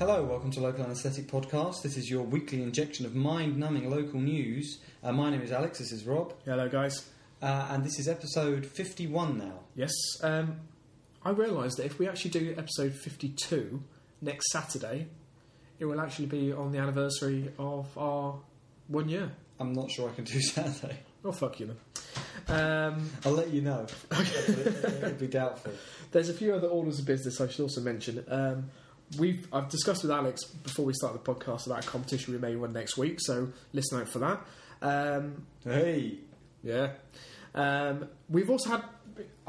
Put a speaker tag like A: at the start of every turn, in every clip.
A: welcome to Local Anesthetic Podcast. This is your weekly injection of mind-numbing local news. Uh, my name is Alex. This is Rob,
B: Hello, guys.
A: uh, and this is episode fifty-one now.
B: Yes, um, I realised that if we actually do episode 52 next Saturday, it will actually be on the anniversary of our one year.
A: I'm not sure I can do Saturday.
B: Oh, fuck you then. Um,
A: I'll let you know. It'd be doubtful.
B: There's a few other orders of business I should also mention. Um, we've I've discussed with Alex before we start the podcast about a competition we may run next week, so listen out for that. Um,
A: Hey,
B: yeah, um, we've also had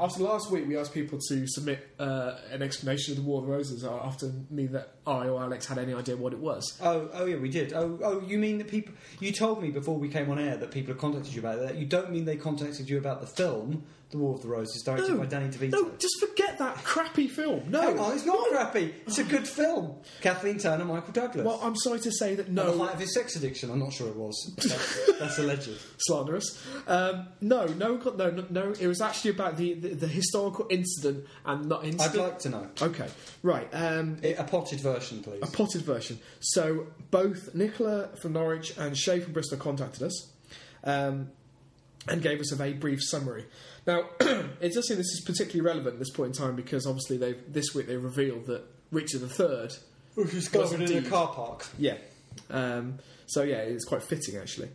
B: after last week we asked people to submit uh, an explanation of the War of the Roses uh, after me that I or Alex had any idea what it was.
A: oh, oh yeah, we did. Oh, oh, you mean that people? You told me before we came on air that people have contacted you about that. You don't mean they contacted you about the film, The War of the Roses, directed
B: No.
A: by Danny DeVito?
B: No, just forget that crappy film. No.
A: Oh, it's not crappy. It's a good film. Kathleen Turner, Michael Douglas.
B: well, I'm sorry to say that
A: At
B: no.
A: the height of his sex addiction, I'm not sure it was. That's, that's alleged.
B: slanderous. Um, no, no, no, no, no. It was actually about the, the, the historical incident and not
A: I'd
B: incident.
A: like to know.
B: okay, right. Um,
A: It- a potted version, please.
B: a potted version. So both Nicola from Norwich and Shay from Bristol contacted us um, and gave us a very brief summary. Now, it does seem this is particularly relevant at this point in time because obviously they this week they revealed that Richard III
A: Which was covered in a
B: indeed.
A: car park.
B: yeah. Um, so yeah, it's quite fitting actually.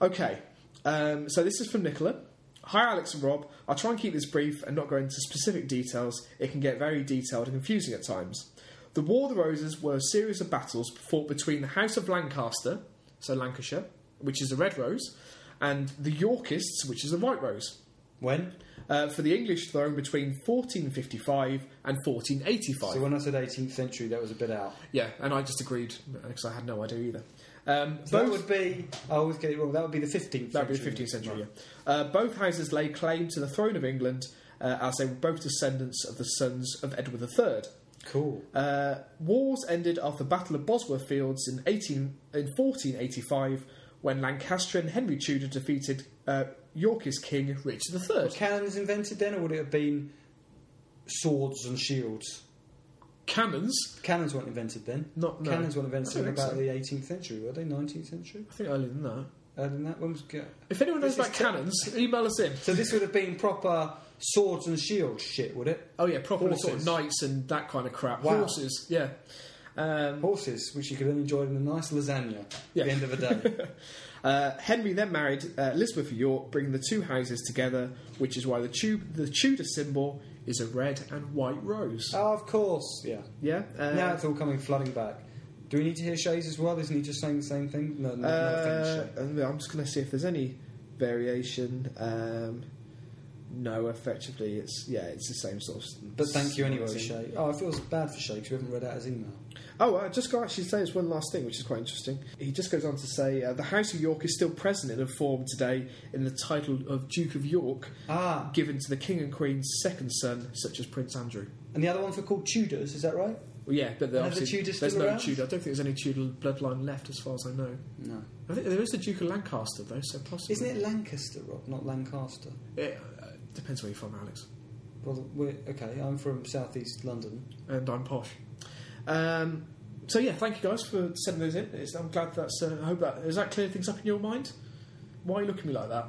B: Okay. Um, so this is from Nicola. Hi Alex and Rob. I'll try and keep this brief and not go into specific details. It can get very detailed and confusing at times. The War of the Roses were a series of battles fought between the House of Lancaster, so Lancashire, which is the red rose, and the Yorkists, which is the white rose
A: When?
B: uh, for the English throne between 1455 and 1485.
A: So when I said 18th century, that was a bit out.
B: yeah, and I just agreed because I had no idea either. Um,
A: So that would
B: both
A: be. I always get it wrong. That would be the 15th.
B: that would be
A: century.
B: 15th century.
A: Right.
B: Yeah. Uh, both houses lay claim to the throne of England uh, as they were both descendants of the sons of Edward III.
A: Cool.
B: Uh, wars ended after the Battle of Bosworth Fields in, 18, in 1485 when Lancastrian Henry Tudor defeated uh, Yorkist King Richard III.
A: Cannons invented then, or would it have been swords and shields?
B: Cannons?
A: Cannons weren't invented then.
B: Not no.
A: Cannons weren't invented
B: I don't
A: until
B: think
A: about
B: so.
A: the 18th century, were they? 19th century?
B: I think earlier than that.
A: Uh, then that one was good.
B: If anyone knows
A: This is
B: about cannons, email us in.
A: So this would have been proper swords and shields shit, would it?
B: Oh yeah, proper sort
A: Horses.
B: of knights and that kind of crap.
A: Wow.
B: Horses, yeah. Um,
A: Horses, which you could then enjoy in a nice lasagna
B: Yeah.
A: at the end of the day.
B: uh, Henry then married uh, Elizabeth of York, bringing the two houses together, which is why the, tu- the Tudor symbol is a red and white rose.
A: oh, of course, yeah.
B: yeah. Uh,
A: now it's all coming flooding back. Do we need to hear Shays as well? Isn't he just saying the same thing? No, no, not
B: uh,
A: Shay.
B: and I'm just going to see if there's any variation. Um, no, effectively, it's yeah, it's the same sort of.
A: But thank you anyway,
B: sort of thing.
A: Shay. Oh, I feel bad for Shay because we haven't read out his email.
B: Oh, I just got actually say there's one last thing, which is quite interesting. He just goes on to say uh, the House of York is still present in a form today in the title of Duke of York,
A: Ah,
B: given to the King and Queen's second son, such as Prince Andrew.
A: and the other one's called Tudors, is that right?
B: Well, yeah, but there
A: Are the
B: obviously
A: Tudors
B: there's
A: still
B: no
A: around?
B: Tudor. I don't think there's any Tudor bloodline left, as far as I know.
A: No.
B: I think there is the Duke of Lancaster, though, so possibly.
A: Isn't it Lancaster, Rob, not Lancaster?
B: It, uh, depends where you're from, Alex.
A: Well, we're, okay, I'm from southeast London.
B: and I'm posh. Um, so yeah, thank you guys for sending those in. It's, I'm glad that's. Uh, I hope that has that cleared things up in your mind. Why are you looking at me like that,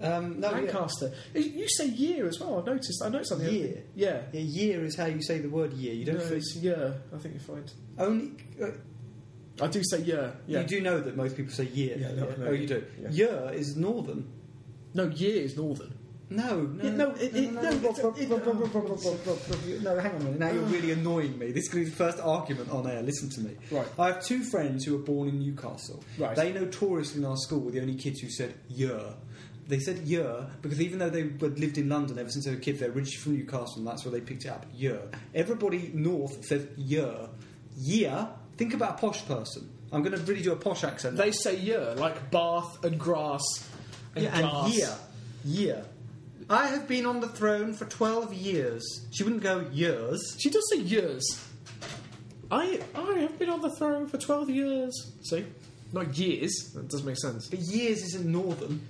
A: Um, no, yeah.
B: Lancaster? You you say year as well. I've noticed. I noticed something.
A: Year.
B: Yeah.
A: Yeah, year is how you say the word year. You don't
B: no,
A: feel-
B: it's year. I think you find.
A: only. Uh,
B: I do say year. Yeah.
A: You do know that most people say year.
B: Yeah,
A: though,
B: no, no,
A: oh, you do.
B: yeah.
A: Year is northern.
B: No, year is northern.
A: No,
B: Yeah,
A: no,
B: no, it- it- no,
A: Rob,
B: it-
A: Rob,
B: it-
A: Rob, Rob, Rob, Rob, Rob, Rob, Rob, Rob, you- No, hang on a minute. Now you're really annoying me. This is going to be the first argument on air. Listen to me.
B: Right.
A: I have two friends who were born in Newcastle.
B: Right.
A: They notoriously in our school were the only kids who said year. They said year because even though they had lived in London ever since they were kids, they're originally from Newcastle and that's where they picked it up. Year. Everybody north says year. Year. Think about a posh person. I'm going to really do a posh accent.
B: They say year like Bath and grass and
A: Yeah, and
B: glass.
A: year. Year. I have been on the throne for 12 years. She wouldn't go years.
B: She does say years. I I have been on the throne for twelve years. See, not years. That doesn't make sense.
A: But years isn't northern.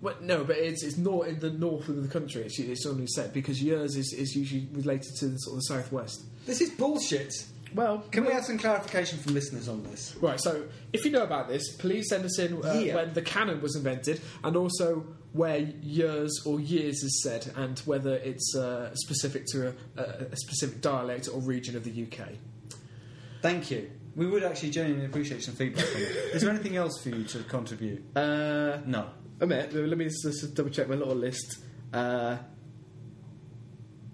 B: Well, no, but it's it's not in the north of the country. It's, it's only said because yours is, is usually related to the sort of the southwest.
A: This is bullshit.
B: Well,
A: Can we have some clarification from listeners on this?
B: Right, so if you know about this, please send us in uh,
A: Yeah.
B: when the canon was invented and also where years or years is said and whether it's uh, specific to a, a, a specific dialect or region of the UK.
A: Thank you. We would actually genuinely appreciate some feedback from you. Is there anything else for you to contribute?
B: Uh,
A: No.
B: a minute, let me just, just double check my little list. Uh,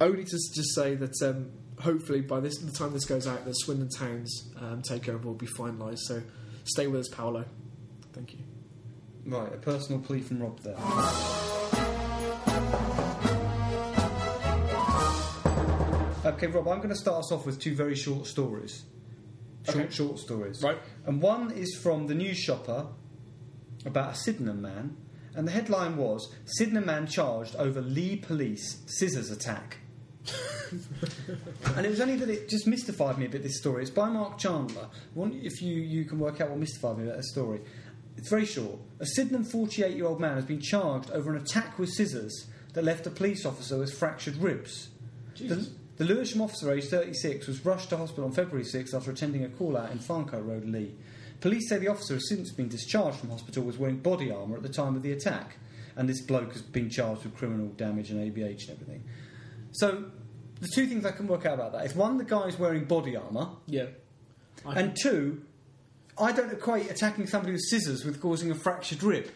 B: only to s- just say that um, hopefully by this, the time this goes out, the Swindon Town's um, takeover will be finalised. So stay with us, Paolo. Thank you.
A: Right, a personal plea from Rob there. Okay, Rob, I'm going to start us off with two very short stories. Short,
B: Okay.
A: short stories.
B: Right.
A: And one is from The News Shopper about a Sydenham man. And the headline was Sydenham man charged over Lee police scissors attack. and it was only that it just mystified me a bit, this story. It's by Mark Chandler. One, if you, you can work out what mystified me about this story. It's very short. A Sydenham 48 year old man has been charged over an attack with scissors that left a police officer with fractured ribs. The, the Lewisham officer, aged 36, was rushed to hospital on February 6 after attending a call out in Farnco Road, Lee. Police say the officer has since been discharged from hospital, was wearing body armour at the time of the attack, and this bloke has been charged with criminal damage and ABH and everything. So, the two things I can work out about that is one, the guy's wearing body armour,
B: Yeah. I-
A: and two, I don't equate attacking somebody with scissors with causing a fractured rib.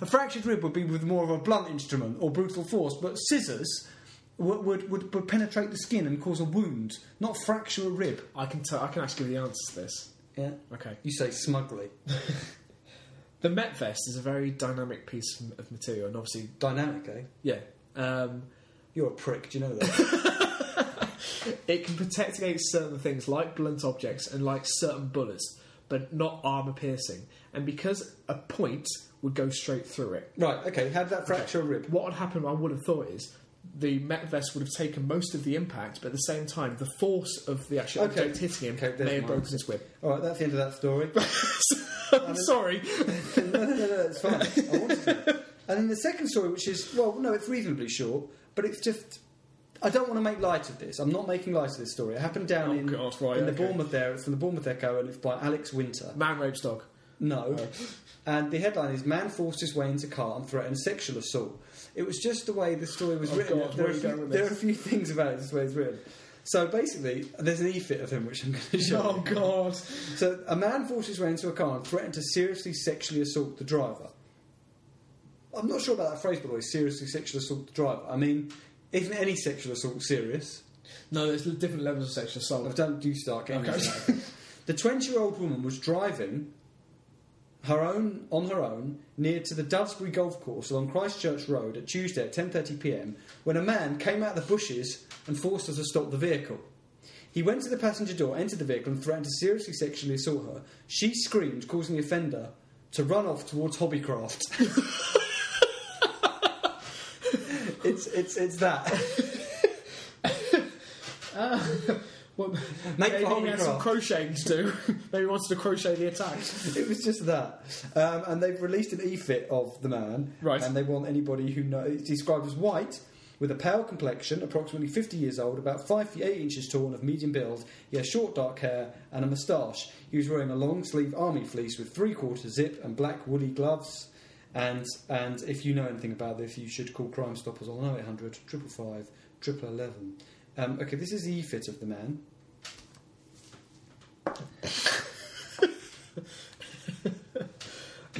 A: A fractured rib would be with more of a blunt instrument or brutal force, but scissors would, would, would, would penetrate the skin and cause a wound, not fracture a rib.
B: I can tell. I can actually give you the answer to this.
A: Yeah.
B: Okay.
A: You say smugly.
B: The Met Vest is a very dynamic piece of, of material, and obviously,
A: Dynamic, eh?
B: yeah, um,
A: You're a prick, do you know that?
B: it can protect against certain things like blunt objects and like certain bullets, but not armor piercing. And because a point would go straight through it,
A: right, okay, how did that fracture a rib?
B: what would happen? I would have thought is the Met Vest would have taken most of the impact, but at the same time, the force of the actual
A: Okay.
B: object hitting him
A: Okay, there's
B: may have
A: mine.
B: broken his whip.
A: Alright, that's the end of that story.
B: I'm sorry.
A: no, no, no, no, it's fine. I wanted to. And then the second story, which is, well, no, it's reasonably short, but it's just. I don't want to make light of this. I'm not making light of this story. It happened down
B: Oh,
A: in,
B: God, right,
A: in the
B: okay.
A: Bournemouth there. It's from the Bournemouth Echo and it's by Alex Winter.
B: Man rapes dog.
A: No.
B: Oh.
A: And the headline is Man Forced His Way Into Car and Threatened Sexual Assault. It was just the way the story was
B: Oh,
A: written.
B: God,
A: there,
B: where
A: are
B: are
A: a
B: you
A: few,
B: going with
A: there are a
B: this?
A: few things about it, this way it's written. So basically, there's an e fit of him, which I'm going to show. you.
B: Oh God.
A: So a man forced his way into a car and threatened to seriously sexually assault the driver. I'm not sure about that phrase, by the way. Seriously sexual assault the driver. I mean, isn't any sexual assault serious?
B: No, there's different levels of sexual assault.
A: I've done do start getting
B: Okay.
A: into that. The 20 year old woman was driving her own on her own near to the Dovesbury golf course along Christchurch Road at Tuesday at 10:30 p.m. when a man came out of the bushes and forced her to stop the vehicle. He went to the passenger door, entered the vehicle, and threatened to seriously sexually assault her. She screamed, causing the offender to run off towards Hobbycraft. it's, it's, it's that.
B: Well,
A: Make
B: maybe
A: for
B: he had some
A: Hobbycraft.
B: crocheting to do. maybe he wanted to crochet the attack.
A: it was just that. Um, and they've released an e-fit of the man.
B: Right.
A: And they want anybody who knows. He's described as white, with a pale complexion, approximately 50 years old, about 5 feet 8 inches tall and of medium build. He has short dark hair and a moustache. He was wearing a long sleeve army fleece with three quarter zip and black woolly gloves. And and if you know anything about this, you should call Crime Stoppers on 0800 555 1111. Um, okay, this is the e fit of the man.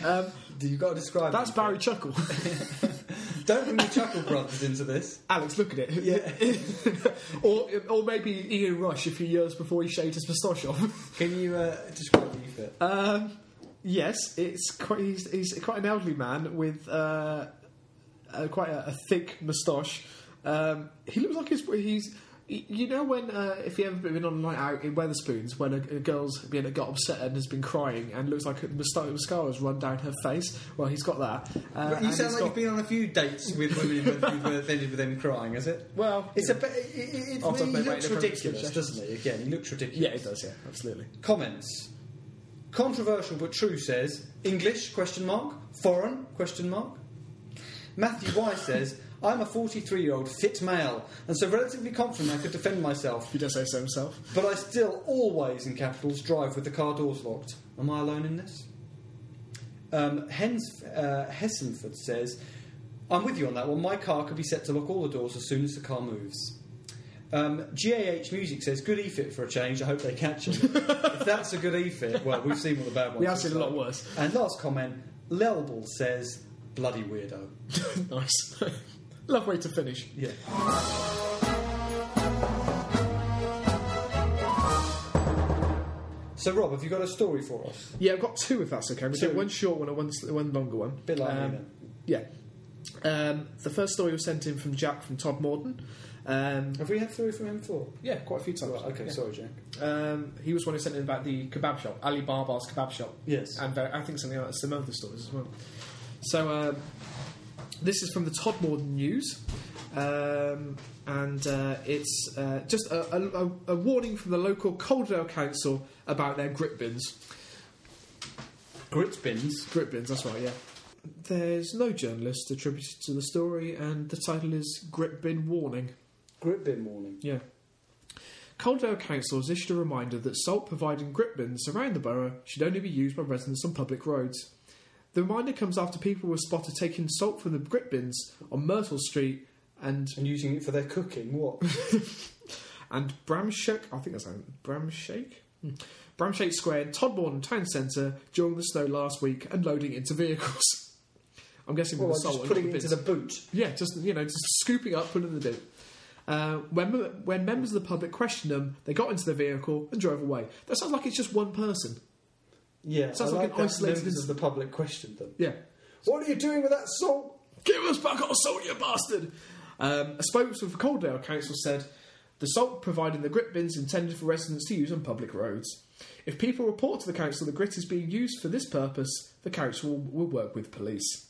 B: Um,
A: You've got to describe
B: that's
A: it.
B: Barry Chuckle.
A: Don't bring the Chuckle Brothers into this.
B: Alex, look at it. Yeah. or, or maybe Ian Rush a few years before he shaved his moustache off.
A: Can you uh, describe the e-fit?
B: Um, yes, it's quite. He's, he's quite an elderly man with uh, uh, quite a, a thick moustache. Um, he looks like he's. he's y- you know when uh, if you ever been on a night out in Weatherspoons when a, a girl's been got upset and has been crying and looks like the mousta- mascara's run down her face. Well, he's got that. Uh,
A: you sound
B: and he's
A: like
B: got-
A: you've been on a few dates with women where you've uh, ended with them crying, is it?
B: well.
A: It's a. It, it, it, it
B: I'll talk about
A: looks
B: it in a
A: ridiculous,
B: different
A: doesn't he? Again, he looks ridiculous.
B: yeah, it does. Yeah, absolutely.
A: Comments. Controversial but true says English question mark foreign question mark. Matthew Y says I'm a 43 year old fit male, and so relatively confident I could defend myself,
B: He does say so himself.
A: but I still always, in capitals, drive with the car doors locked. Am I alone in this? Um, Hens, uh, Hessenford says, I'm with you on that one. My car could be set to lock all the doors as soon as the car moves. Um, GAH Music says, good e-fit for a change. I hope they catch it. if that's a good e-fit, well, we've seen what the bad ones
B: We have
A: are,
B: seen a
A: so.
B: lot worse.
A: And last comment, Lelbel says, bloody weirdo.
B: nice. Love way to finish.
A: Yeah. So, Rob, have you got a story for us?
B: Yeah, I've got two if that's okay. We'll do
A: Two.
B: one short one and one, s- one longer one.
A: Bit like me
B: Um,
A: then.
B: Yeah. Um, the first story was sent in from Jack from Todd Morden. Um,
A: Have we had three from him before?
B: yeah, quite a few times.
A: Right, okay,
B: Yeah.
A: sorry, Jack.
B: Um, he was one who sent in about the kebab shop, Ali Barbar's kebab shop,
A: Yes.
B: and ver- I think something like some other stories as well. So um, this is from the Todd Morden News, um, and uh, it's uh, just a, a, a- a warning from the local Coldale Council about their grit bins.
A: Grit bins.
B: Grit bins, that's right, yeah. There's no journalist attributed to the story, and the title is Grit Bin Warning.
A: Grit bin warning.
B: Yeah. Coldale Council has issued a reminder that salt providing grip bins around the borough should only be used by residents on public roads. The reminder comes after people were spotted taking salt from the grip bins on Myrtle Street and
A: And using it for their cooking, what?
B: and Bramshake, I think that's how Bramshake? Hmm. Bramshake Square in Todmorden Town Centre during the snow last week and loading into vehicles. I'm guessing
A: well,
B: with the
A: like just
B: salt and
A: putting
B: grip
A: it into
B: bins.
A: the boot.
B: Yeah, just you know, just scooping up, putting it in the bin. Uh, when when members of the public questioned them, they got into the vehicle and drove away. That sounds like it's just one person.
A: Yeah,
B: Sounds
A: I
B: like
A: like
B: an
A: that
B: isolated
A: members
B: incident.
A: of the public questioned them.
B: Yeah,
A: What are you doing with that salt?
B: give us back our salt, you bastard! Um, a spokesman for Coldale Council said, "The salt provided in the grit bins intended for residents to use on public roads. If people report to the council the grit is being used for this purpose, the council will, will work with police."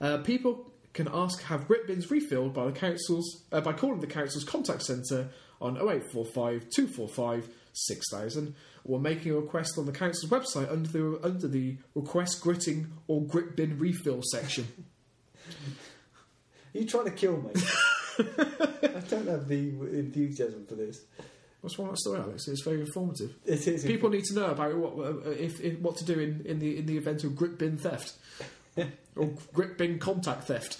B: Uh, people can ask to have grit bins refilled by the council's uh, by calling the council's contact centre on 0845 245 6000 or making a request on the council's website under the under the request gritting or grit bin refill section.
A: Are you trying to kill me? I don't have the enthusiasm for this.
B: What's wrong with that story, Alex? It's very informative.
A: It is
B: People need to know about what uh, if, if what to do in, in the in the event of grit bin theft or grit bin contact theft.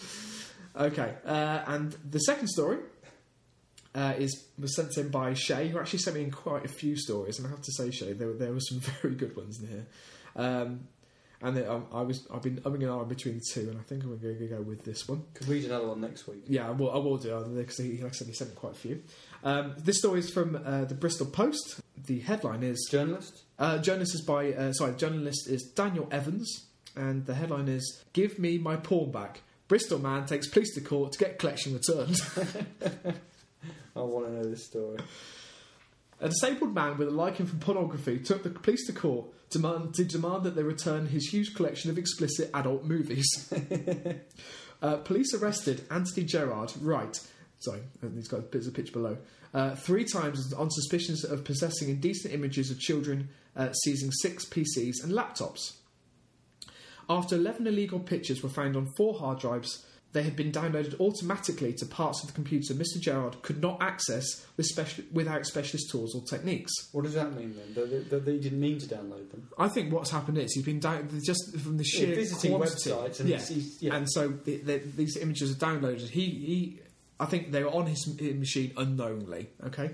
B: Okay, uh, and the second story uh, is was sent in by Shay, who actually sent me in quite a few stories, and I have to say, Shay, there there were some very good ones in here. Um, and then, um, I was I've been umming and ahhing between the two, and I think I'm going to go with this one.
A: Could read another one next week.
B: Yeah, I will, I will do because he, like I said, he sent quite a few. Um, this story is from uh, the Bristol Post. The headline is
A: Journalist?
B: uh, journalist is by uh, sorry journalist is Daniel Evans, and the headline is "Give me my pawn back." Bristol man takes police to court to get collection returned.
A: I want to know this story.
B: a disabled man with a liking for pornography took the police to court demand, to demand that they return his huge collection of explicit adult movies. Uh, police arrested Anthony Gerard Wright. Sorry, and he's got bits of pitch below. Uh, three times on suspicions of possessing indecent images of children, uh, seizing six PCs and laptops. After 11 illegal pictures were found on four hard drives, they had been downloaded automatically to parts of the computer Mr. Gerard could not access with special- without specialist tools or techniques.
A: What does that mean then? That, that, that they didn't mean to download them?
B: I think what's happened is he's been down just from the sheer
A: Yeah, visiting
B: quantity,
A: websites and
B: yeah.
A: he's- he's- yeah.
B: and so the, the, these images are downloaded. He, he, I think they were on his m- machine unknowingly. Okay,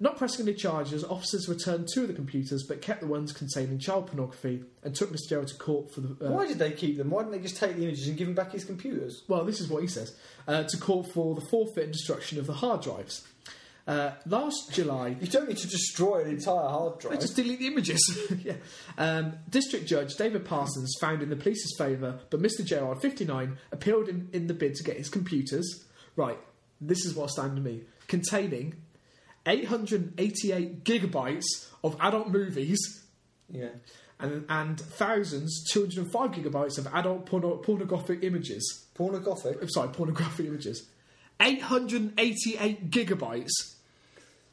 B: not pressing any charges, officers returned two of the computers but kept the ones containing child pornography and took Mr. Gerald to court for the. Uh,
A: Why did they keep them? Why didn't they just take the images and give him back his computers?
B: well, this is what he says, uh, to call for the forfeit and destruction of the hard drives. Uh, last July,
A: You don't need to destroy an entire hard
B: I
A: drive.
B: just delete the images. yeah. um, District Judge David Parsons found in the police's favour, but Mr. Gerard, 59, appealed in, in the bid to get his computers. Right, this is what's standing to me containing 888 gigabytes of adult movies
A: Yeah.
B: and, and thousands, 205 gigabytes of adult porno- pornographic images.
A: Pornographic.
B: I'm sorry, pornographic images. 888 gigabytes,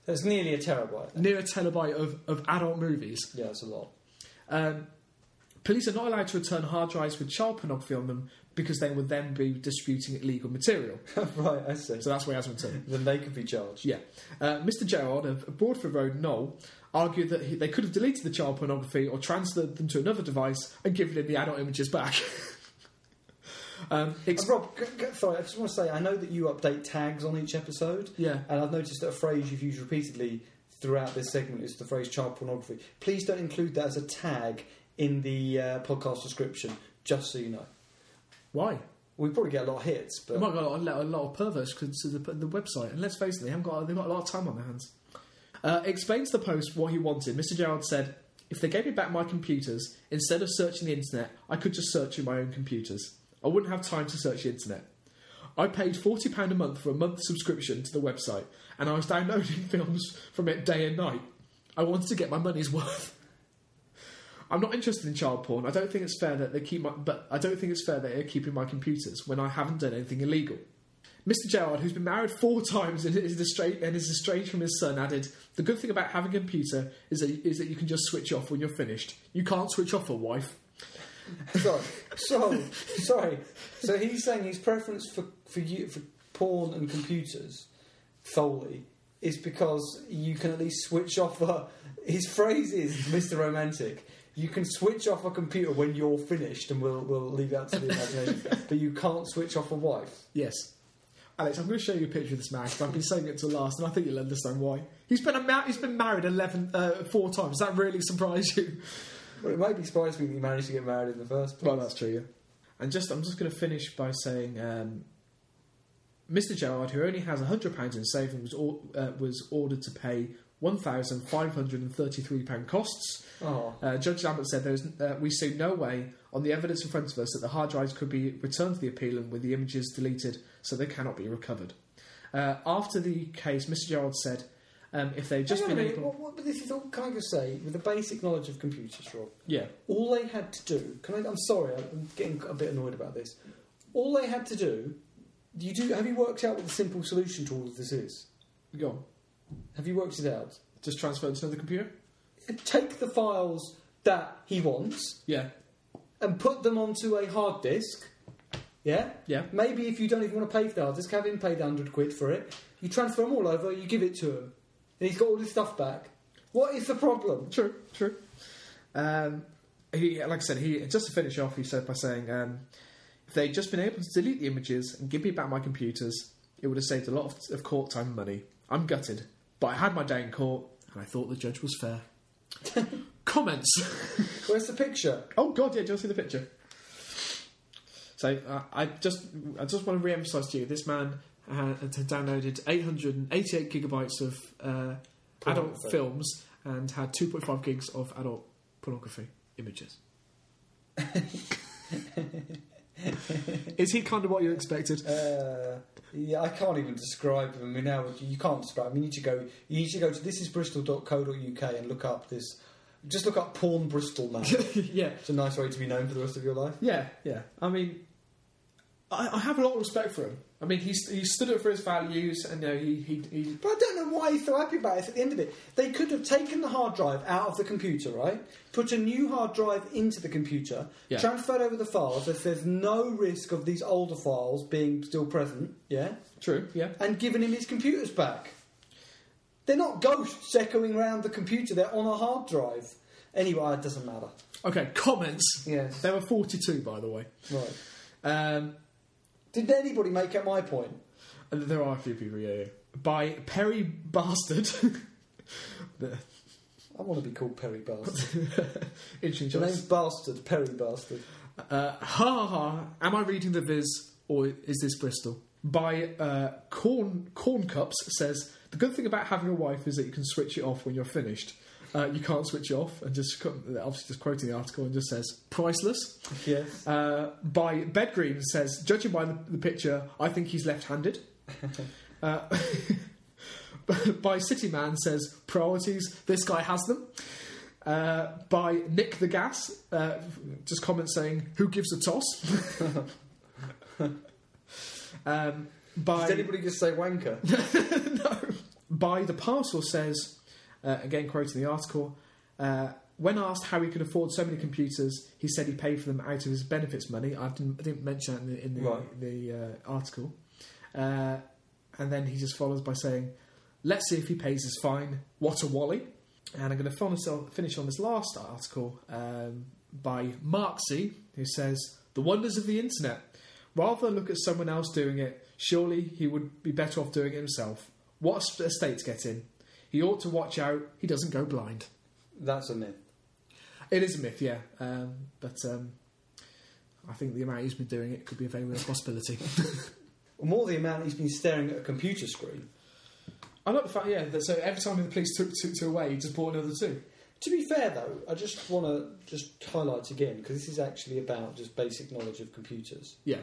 A: That's nearly a terabyte.
B: near a terabyte of, of adult movies.
A: Yeah, that's a lot.
B: Um, Police are not allowed to return hard drives with child pornography on them because they would then be distributing illegal material.
A: right, I see.
B: So that's where Asmund turned.
A: Then they could be charged.
B: Yeah. Uh, Mr. Gerard of Broadford Road, Knoll, argued that he, they could have deleted the child pornography or transferred them to another device and given him the adult images back. um,
A: Uh,
B: ex-
A: Rob, g- g- sorry, I just want to say I know that you update tags on each episode,
B: yeah.
A: and I've noticed that a phrase you've used repeatedly throughout this segment is the phrase child pornography. Please don't include that as a tag in the uh, podcast description, just so you know.
B: Why?
A: We probably get a lot of hits,
B: They
A: but
B: might got a lot, a lot of perverts because the, the website. And let's face it, they haven't got they've got a lot of time on their hands. Uh, explains the post what he wanted. Mr. Gerard said, "If they gave me back my computers, instead of searching the internet, I could just search in my own computers. I wouldn't have time to search the internet. I paid forty pound a month for a month subscription to the website, and I was downloading films from it day and night. I wanted to get my money's worth." I'm not interested in child porn. I don't think it's fair that they keep my, but I don't think it's fair that they're keeping my computers when I haven't done anything illegal. Mr. Gerard, who's been married four times and is, estranged, and is estranged from his son, added, "The good thing about having a computer is that, is that you can just switch off when you're finished. You can't switch off a wife.
A: sorry, so sorry. So he's saying his preference for for you for porn and computers solely is because you can at least switch off a. His phrase is Mr. Romantic. You can switch off a computer when you're finished, and we'll we'll leave it out to the imagination. but you can't switch off a wife.
B: Yes, Alex, I'm going to show you a picture of this man because I've been saving it to last, and I think you'll understand why. He's been a ma- he's been married eleven uh, four times. Does that really surprise you?
A: Well, it might be surprising that you managed to get married in the first place.
B: Well, that's true. Yeah. And just, I'm just going to finish by saying, um, Mr. Gerard, who only has hundred pounds in savings, was or, uh, was ordered to pay one thousand five hundred and thirty-three pound costs.
A: Oh,
B: Uh, Judge Lambert said there is, uh, we see no way on the evidence in front of us that the hard drives could be returned to the appealant with the images deleted, so they cannot be recovered. Uh, after the case, Mr. Gerard said, um, if they've just
A: Hang on
B: been
A: a minute,
B: able,
A: what, what, but this is all. Can I just say, with the basic knowledge of computers, Rob?
B: yeah,
A: all they had to do. Can I? I'm sorry, I'm getting a bit annoyed about this. All they had to do. You do. Have you worked out what the simple solution to all of this is?
B: go on,
A: Have you worked it out?
B: just transfer it to another computer.
A: Take the files that he wants
B: Yeah,
A: and put them onto a hard disk. Yeah.
B: yeah.
A: Maybe if you don't even want to pay for the hard disk, have him pay the hundred quid for it. You transfer them all over. You give it to him. And he's got all his stuff back. What is the problem?
B: True, true. Um, he, like I said, he just to finish off, he said by saying, um, if they'd just been able to delete the images and give me back my computers, it would have saved a lot of, of court time and money. I'm gutted, but I had my day in court, and I thought the judge was fair. Comments.
A: Where's the picture?
B: Oh God, yeah. Do you want to see the picture? So uh, I just, I just want to re-emphasise to you, this man uh, had downloaded 888 gigabytes of uh, adult
A: Pornography.
B: films and had 2.5 gigs of adult pornography images. Is he kind of what you expected?
A: Uh, yeah, I can't even describe him. I mean, now you can't describe. Him. You need to go. You need to go to thisisbristol.co.uk and look up this. Just look up porn Bristol now.
B: yeah,
A: it's a nice way to be known for the rest of your life.
B: yeah, yeah. I mean, I, I have a lot of respect for him. I mean, he he stood up for his values, and you know, he he, he
A: But I don't know why he's so happy about it. At the end of it, they could have taken the hard drive out of the computer, right? Put a new hard drive into the computer,
B: Yeah.
A: transferred over the files. If there's no risk of these older files being still present, yeah,
B: true, yeah.
A: and given him his computers back. They're not ghosts echoing around the computer, they're on a hard drive. Anyway, it doesn't matter.
B: Okay, comments.
A: Yes.
B: There were 42, by the way.
A: Right.
B: Um,
A: Did anybody make out my point?
B: and there are a few people, yeah, yeah. By Perry Bastard. The-
A: I want to be called Perry Bastard.
B: Interesting
A: Your name's
B: choice.
A: Bastard, Perry Bastard.
B: Uh, ha ha ha. Am I reading the Viz or is this Bristol? By uh, Corn Corn Cups says the good thing about having a wife is that you can switch it off when you're finished. Uh, you can't switch it off, and just co- obviously just quoting the article and just says priceless.
A: Yes.
B: Uh, by Bedgreen says, judging by the, the picture, I think he's left-handed. uh, by City Man says, priorities. This guy has them. Uh, by Nick the Gas, uh, just comment saying, who gives a toss? um, by
A: Did anybody just say wanker?
B: by the parcel says, uh, again quoting the article, uh, When asked how he could afford so many computers, he said he paid for them out of his benefits money. I didn't, I didn't mention that in the, in the,
A: Right.
B: the uh, article. Uh, and then he just follows by saying, Let's see if he pays his fine. What a Wally. And I'm going to finish on, finish on this last article um, by Marxy, who says, The wonders of the internet. Rather than look at someone else doing it, surely he would be better off doing it himself. What a sp- a state to get in. He ought to watch out he doesn't go blind.
A: That's a myth.
B: It is a myth, yeah. Um, but um, I think the amount he's been doing it could be a very real possibility.
A: More the amount he's been staring at a computer screen.
B: I like the fact, yeah, that so every time the police took two, two away, he just bought another two.
A: To be fair, though, I just want to just highlight again because this is actually about just basic knowledge of computers.
B: Yeah.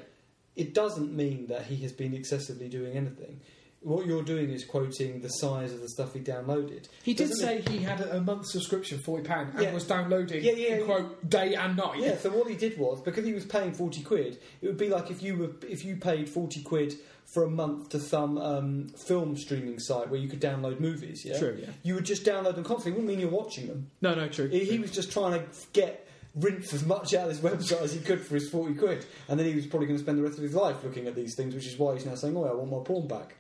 A: It doesn't mean that he has been excessively doing anything. What you're doing is quoting the size of the stuff he downloaded.
B: He did
A: Doesn't
B: say he had a a month subscription, forty pound, and
A: Yeah.
B: was downloading
A: Yeah, yeah,
B: in
A: yeah.
B: quote day and night.
A: Yeah, so what he did was because he was paying forty quid, it would be like if you were if you paid forty quid for a month to some um, film streaming site where you could download movies. Yeah,
B: True. Yeah.
A: you would just download them constantly. It wouldn't mean you're watching them.
B: No, no, true.
A: He, he was just trying to get rinse as much out of this website as he could for his forty quid, and then he was probably going to spend the rest of his life looking at these things, which is why he's now saying, "Oh, I want my porn back."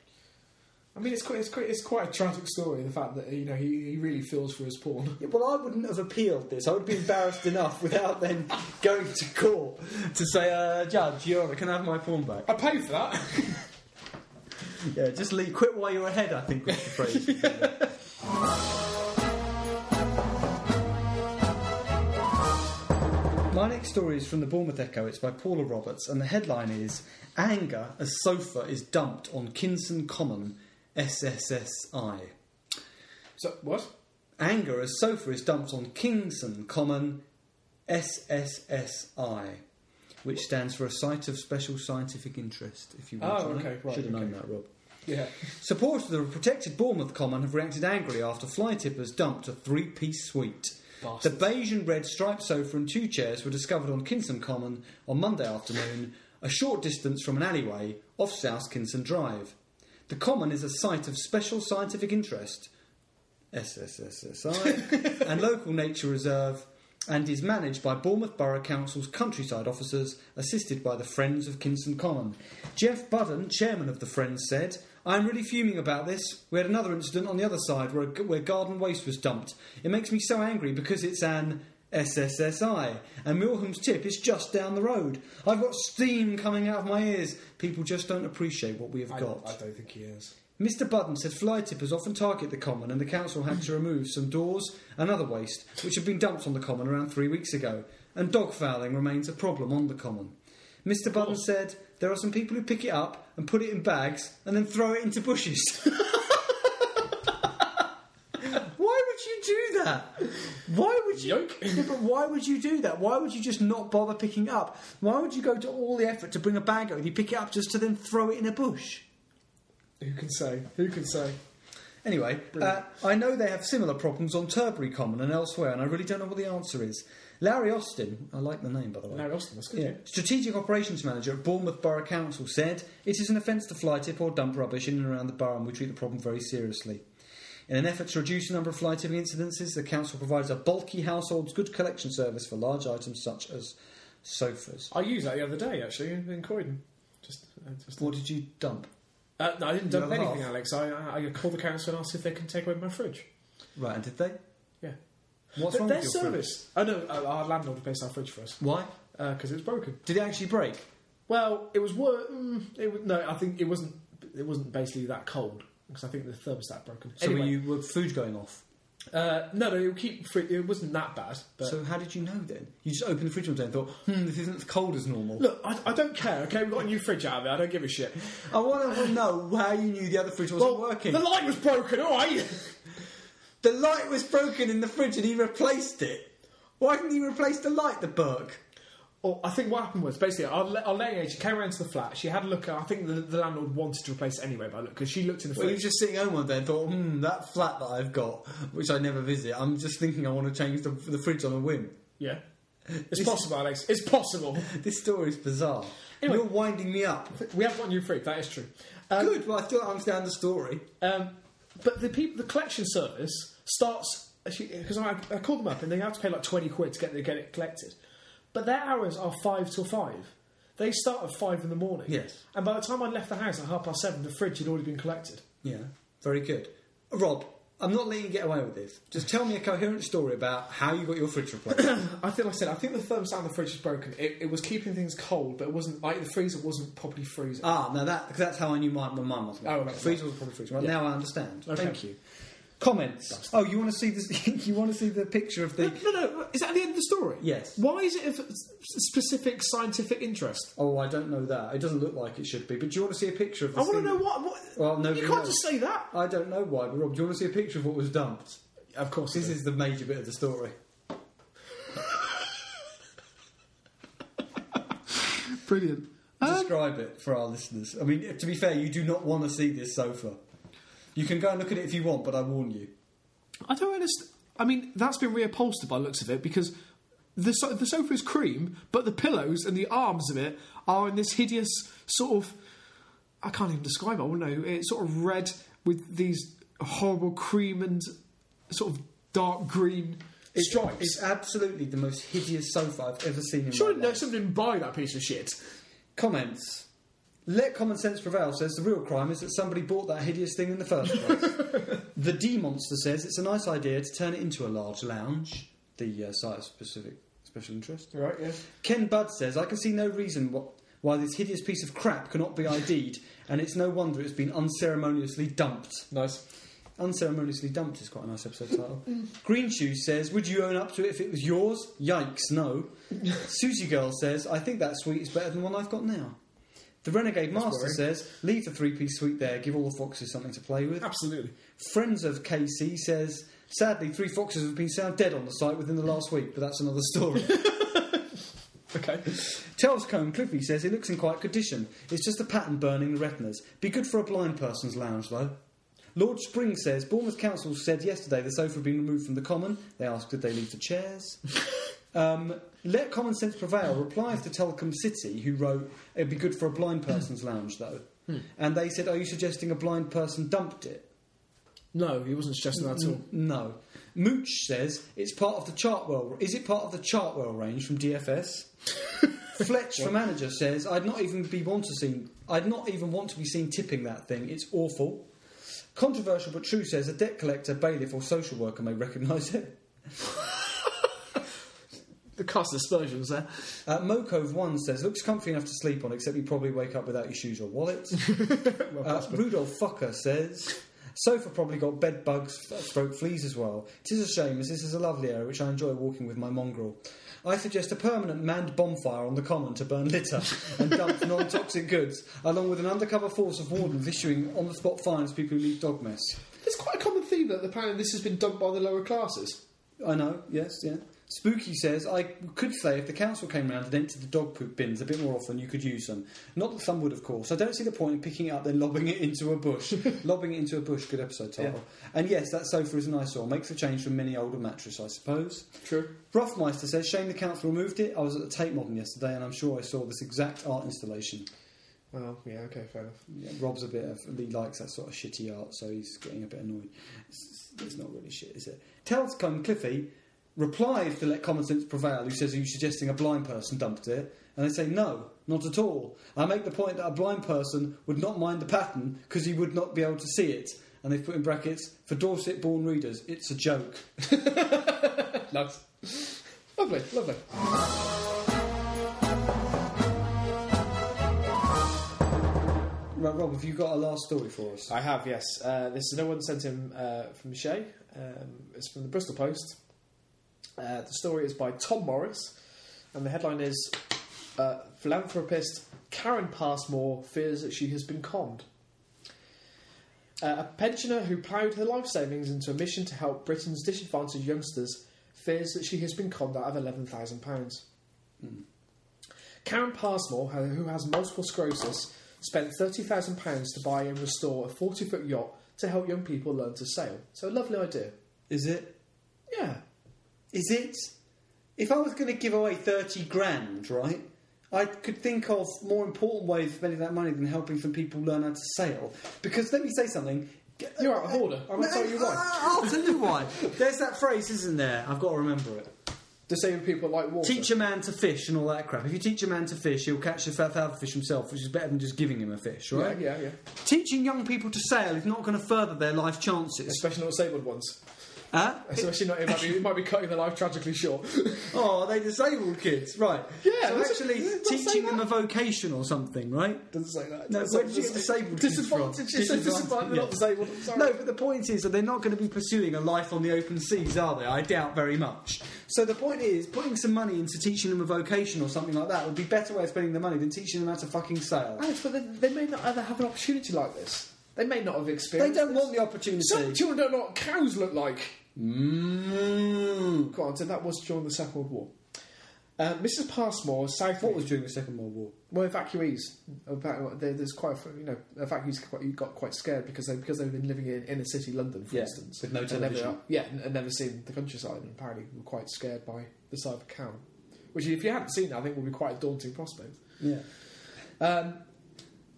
B: I mean, it's quite, it's quite, it's quite a tragic story. The fact that you know he, he really feels for his porn
A: Yeah, well, I wouldn't have appealed this. I would be embarrassed enough without then going to court to say, uh, "Judge, Your Honour, can I have my porn back?"
B: I paid for that.
A: Yeah, just leave. Quit while you're ahead. I think was the phrase. My next story is from the Bournemouth Echo. It's by Paula Roberts, and the headline is "Anger as sofa is dumped on Kinson Common, SSSI."
B: so what?
A: Anger as sofa is dumped on Kingston Common, SSSI, which stands for a site of special scientific interest. If you want
B: Oh,
A: to know.
B: okay, right,
A: should have known
B: okay.
A: that, Rob.
B: Yeah.
A: Supporters of the protected Bournemouth Common have reacted angrily after fly tippers dumped a three piece suite. The
B: Bastards.
A: beige and red striped sofa and two chairs were discovered on Kinson Common on Monday afternoon, a short distance from an alleyway off South Kinson Drive. The common is a site of special scientific interest, SSSSI, and local nature reserve, and is managed by Bournemouth Borough Council's countryside officers, assisted by the Friends of Kinston Common. Jeff Budden, chairman of the Friends, said, I'm really fuming about this. We had another incident on the other side where, where garden waste was dumped. It makes me so angry because it's an SSSI, and Milham's tip is just down the road. I've got steam coming out of my ears. People just don't appreciate what we have
B: I,
A: got.
B: I don't think he is.
A: Mr. Budden said fly tippers often target the common, and the council had to remove some doors and other waste which had been dumped on the common around three weeks ago. And dog fouling remains a problem on the common. Mr. Budden said there are some people who pick it up and put it in bags and then throw it into bushes. Why would you do that? Why would you?
B: Yoke.
A: Yeah, but why would you do that? Why would you just not bother picking it up? Why would you go to all the effort to bring a bag out and you pick it up just to then throw it in a bush?
B: Who can say? Who can say?
A: Anyway, uh, I know they have similar problems on Turbury Common and elsewhere, and I really don't know what the answer is. Larry Austin, I like the name by the way.
B: Larry Austin, that's good.
A: Yeah.
B: Yeah.
A: Strategic Operations Manager at Bournemouth Borough Council said, It is an offence to fly tip or dump rubbish in and around the borough, and we treat the problem very seriously. In an effort to reduce the number of fly tipping incidences, the council provides a bulky households good collection service for large items such as sofas.
B: I used that the other day actually in, in Croydon. Just, uh, just
A: What did you dump?
B: Uh, no, I didn't
A: The
B: dump
A: other
B: anything,
A: half.
B: Alex. I, I I called the council and asked if they can take away my fridge.
A: Right, and did they?
B: Yeah.
A: What's
B: But
A: wrong
B: their
A: with your fridge?
B: service. Oh no, uh, our landlord replaced our fridge for us
A: Why?
B: because it was broken.
A: Did it actually break?
B: Well, it was wor- mm, it was, no, I think it wasn't. It wasn't basically that cold because I think the thermostat broken.
A: So
B: anyway,
A: were you were food going off?
B: uh, no, no, it would keep. Fri- it wasn't that bad. But
A: so how did you know then? You just opened the fridge one day and thought, hmm, this isn't as cold as normal.
B: look, I, I don't care. Okay, we got a new fridge out of it. I don't give a shit.
A: I want to know how you knew the other fridge wasn't working.
B: the light was broken. All right.
A: The light was broken in the fridge and he replaced it. Why didn't he replace the light, the Burke?
B: Well, I think what happened was basically our, la- our letting agent came around to the flat. She had a look. At, I think the, the landlord wanted to replace it anyway, but because she looked in the
A: Well, he
B: fridge.
A: was just sitting home one day and thought, hmm, that flat that I've got, which I never visit, I'm just thinking I want to change the, the fridge on a whim.
B: yeah, it's possible, Alex. It's possible.
A: This story is bizarre.
B: Anyway.
A: You're winding me up.
B: we have got a new fridge. That is true. Um,
A: Good, well, I still don't understand the story.
B: um, but the people, the collection service starts because I, I called them up and they have to pay like twenty quid to get the, get it collected, but their hours are five till five. They start at five in the morning.
A: Yes.
B: And by the time I left the house at half past seven, the fridge had already been collected.
A: Yeah, very good. Rob, I'm not letting you get away with this. Just tell me a coherent story about how you got your fridge replaced.
B: I think, like I said, I think the thermostat on the fridge was broken. It, it was keeping things cold, but it wasn't like the freezer wasn't properly freezing.
A: ah, now that, cause that's how I knew mine, when mine was.
B: Oh, right.
A: freezer was probably freezer. Well,
B: Yeah.
A: Now I understand.
B: Okay.
A: Thank you. Comments. Oh, you want to see this? you want to see the picture of the?
B: no, no. Is that the end of the story?
A: Yes.
B: Why is it of s- specific scientific interest?
A: Oh, I don't know that. It doesn't look like it should be. But do you want to see a picture of?
B: I
A: This
B: want to
A: thing?
B: know what. what
A: Well, nobody
B: you can't
A: knows.
B: just say that.
A: I don't know why, but Rob, do you want to see a picture of what was dumped?
B: Of course,
A: This is the major bit of the story.
B: brilliant. Um,
A: Describe it for our listeners. I mean, to be fair, you do not want to see this sofa. You can go and look at it if you want, but I warn you.
B: I don't understand. I mean, that's been reupholstered by the looks of it because the so- the sofa is cream, but the pillows and the arms of it are in this hideous sort of I can't even describe. it, I wouldn't know. It's sort of red with these horrible cream and sort of dark green stripes.
A: It's absolutely the most hideous sofa I've ever seen in
B: Surely
A: my
B: no,
A: life.
B: someone didn't buy that piece of shit.
A: Comments. Let common sense prevail says the real crime is that somebody bought that hideous thing in the first place. the D Monster says it's a nice idea to turn it into a large lounge. The uh, site of specific special interest.
B: Right? Yeah.
A: Ken Budd says, I can see no reason wh- why this hideous piece of crap cannot be ID'd, and it's no wonder it's been unceremoniously dumped.
B: Nice.
A: Unceremoniously dumped is quite a nice episode title. Green Shoe says, Would you own up to it if it was yours? Yikes, no. Susie Girl says, I think that suite is better than the one I've got now. The Renegade Master
B: worrying.
A: says, Leave the three piece suite there, give all the foxes something to play with.
B: Absolutely.
A: Friends of KC says, Sadly, three foxes have been found dead on the site within the last week, but that's another story.
B: Okay.
A: Tells Cone Cliffy says he looks in quite condition. It's just a pattern burning the retinas. Be good for a blind person's lounge, though. Lord Spring says Bournemouth Council said yesterday the sofa had been removed from the common. They asked did they leave the chairs. um, Let common sense prevail replies to Telcom City, who wrote it'd be good for a blind person's lounge, though. And they said, Are you suggesting a blind person dumped it?
B: No, he wasn't suggesting that at all.
A: No. Mooch says it's part of the Chartwell. Is it part of the Chartwell range from DFS? Fletch, for manager, says I'd not even be want to seen. I'd not even want to be seen tipping that thing. It's awful. Controversial but true says a debt collector, bailiff, or social worker may recognise it.
B: The cast aspersions there.
A: Uh, Mokov one says looks comfy enough to sleep on, except you probably wake up without your shoes or wallet. Uh, Rudolf Fucker says, Sofa probably got bed bugs, f- stroke fleas as well. Tis a shame, as this is a lovely area which I enjoy walking with my mongrel. I suggest a permanent manned bonfire on the common to burn litter and dump non toxic goods, along with an undercover force of wardens issuing on the spot fines to people who leave dog mess.
B: It's quite a common theme that apparently this has been dumped by the lower classes.
A: I know, yes, yeah. Spooky says, I could say if the council came round and emptied the dog poop bins a bit more often, you could use them. Not that some would, of course. I don't see the point in picking it up, then lobbing it into a bush. lobbing it into a bush, good episode title. And yes, that sofa is an eyesore. Makes a change from many older mattress, I suppose.
B: True.
A: Rothmeister says, shame the council removed it. I was at the Tate Modern yesterday and I'm sure I saw this exact art installation.
B: Well, yeah, okay, fair enough.
A: Yeah, Rob's a bit of he likes that sort of shitty art, so he's getting a bit annoyed. It's, it's not really shit, is it? Telscombe Cliffy replies to let common sense prevail, who says, Are you suggesting a blind person dumped it? And they say, No, not at all. I make the point that a blind person would not mind the pattern because he would not be able to see it. And they've put in brackets, for Dorset born readers, it's a joke.
B: Nice. lovely, lovely.
A: Right, Rob, have you got a last story for us?
B: I have, yes. Uh, this is no one sent him uh, from Shay. Um, it's from the Bristol Post. Uh, the story is by Tom Morris, and the headline is uh, Philanthropist Karen Passmore fears that she has been conned. Uh, a pensioner who ploughed her life savings into a mission to help Britain's disadvantaged youngsters fears that she has been conned out of £11,000. Karen Passmore, who who has multiple sclerosis, spent £30,000 to buy and restore a 40 foot yacht to help young people learn to sail. So, a lovely idea.
A: Is it?
B: Yeah.
A: Is it? If I was going to give away 30 grand, right, I could think of more important ways of spending that money than helping some people learn how to sail. Because let me say something
B: You're out of order. I'm going to tell you why.
A: I'll tell you why. There's that phrase, isn't there? I've got to remember it.
B: Disabled people like water.
A: Teach a man to fish and all that crap. If you teach a man to fish, he'll catch a fat out fish himself, which is better than just giving him a fish,
B: Yeah,
A: right?
B: yeah, yeah.
A: Teaching young people to sail is not going to further their life chances.
B: Especially not disabled ones.
A: Huh?
B: Especially not, it might, be, it might be cutting their life tragically short.
A: Oh, are they disabled kids? Right.
B: Yeah,
A: So
B: that's-
A: actually
B: that's not
A: teaching
B: saying
A: them a vocation or something, right?
B: Doesn't say that.
A: No,
B: Doesn't
A: where
B: say-
A: did you get disabled kids
B: Disadvantage.
A: from?
B: It says
A: Disadvantage,
B: disadvantage,
A: yeah.
B: not disabled. I'm sorry.
A: No, but the point is that they're not going to be pursuing a life on the open seas, are they? I doubt very much. So the point is, putting some money into teaching them a vocation or something like that would be a better way of spending the money than teaching them how to fucking sail.
B: Alex, but they, they may not ever have an opportunity like this. They may not have
A: They
B: experienced.
A: don't
B: this.
A: want the opportunity.
B: Some children don't know what cows look like.
A: Mm.
B: Granted, that was during the Second World War. Uh, Mrs. Passmore, South.
A: What was during the Second World War?
B: Well, evacuees. Evacu- there- There's quite a few, you know evacuees quite, got quite scared because they because they've been living in inner city London, for
A: Yeah,
B: instance,
A: with no
B: and never-
A: television.
B: yeah, and and never seen the countryside, and apparently were quite scared by the sight of a cow, which if you hadn't seen, that, I think would be quite a daunting prospect.
A: Yeah.
B: Um,